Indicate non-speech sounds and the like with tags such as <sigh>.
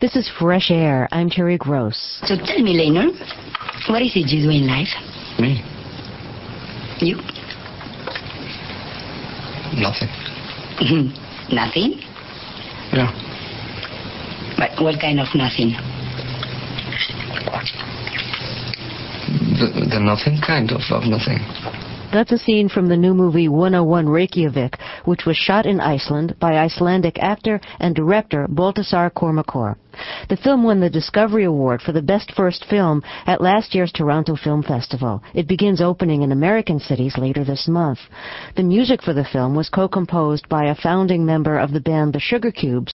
This is Fresh Air. I'm Terry Gross. So tell me, Lena, what is it you do in life? Me? You? <laughs> Nothing. nothing? Yeah. But what kind of nothing? The, the nothing kind of, of nothing. That's a scene from the new movie 101 Reykjavik, which was shot in Iceland by Icelandic actor and director Baltasar Kormakor. The film won the Discovery Award for the Best First Film at last year's Toronto Film Festival. It begins opening in American cities later this month. The music for the film was co-composed by a founding member of the band The Sugar Cubes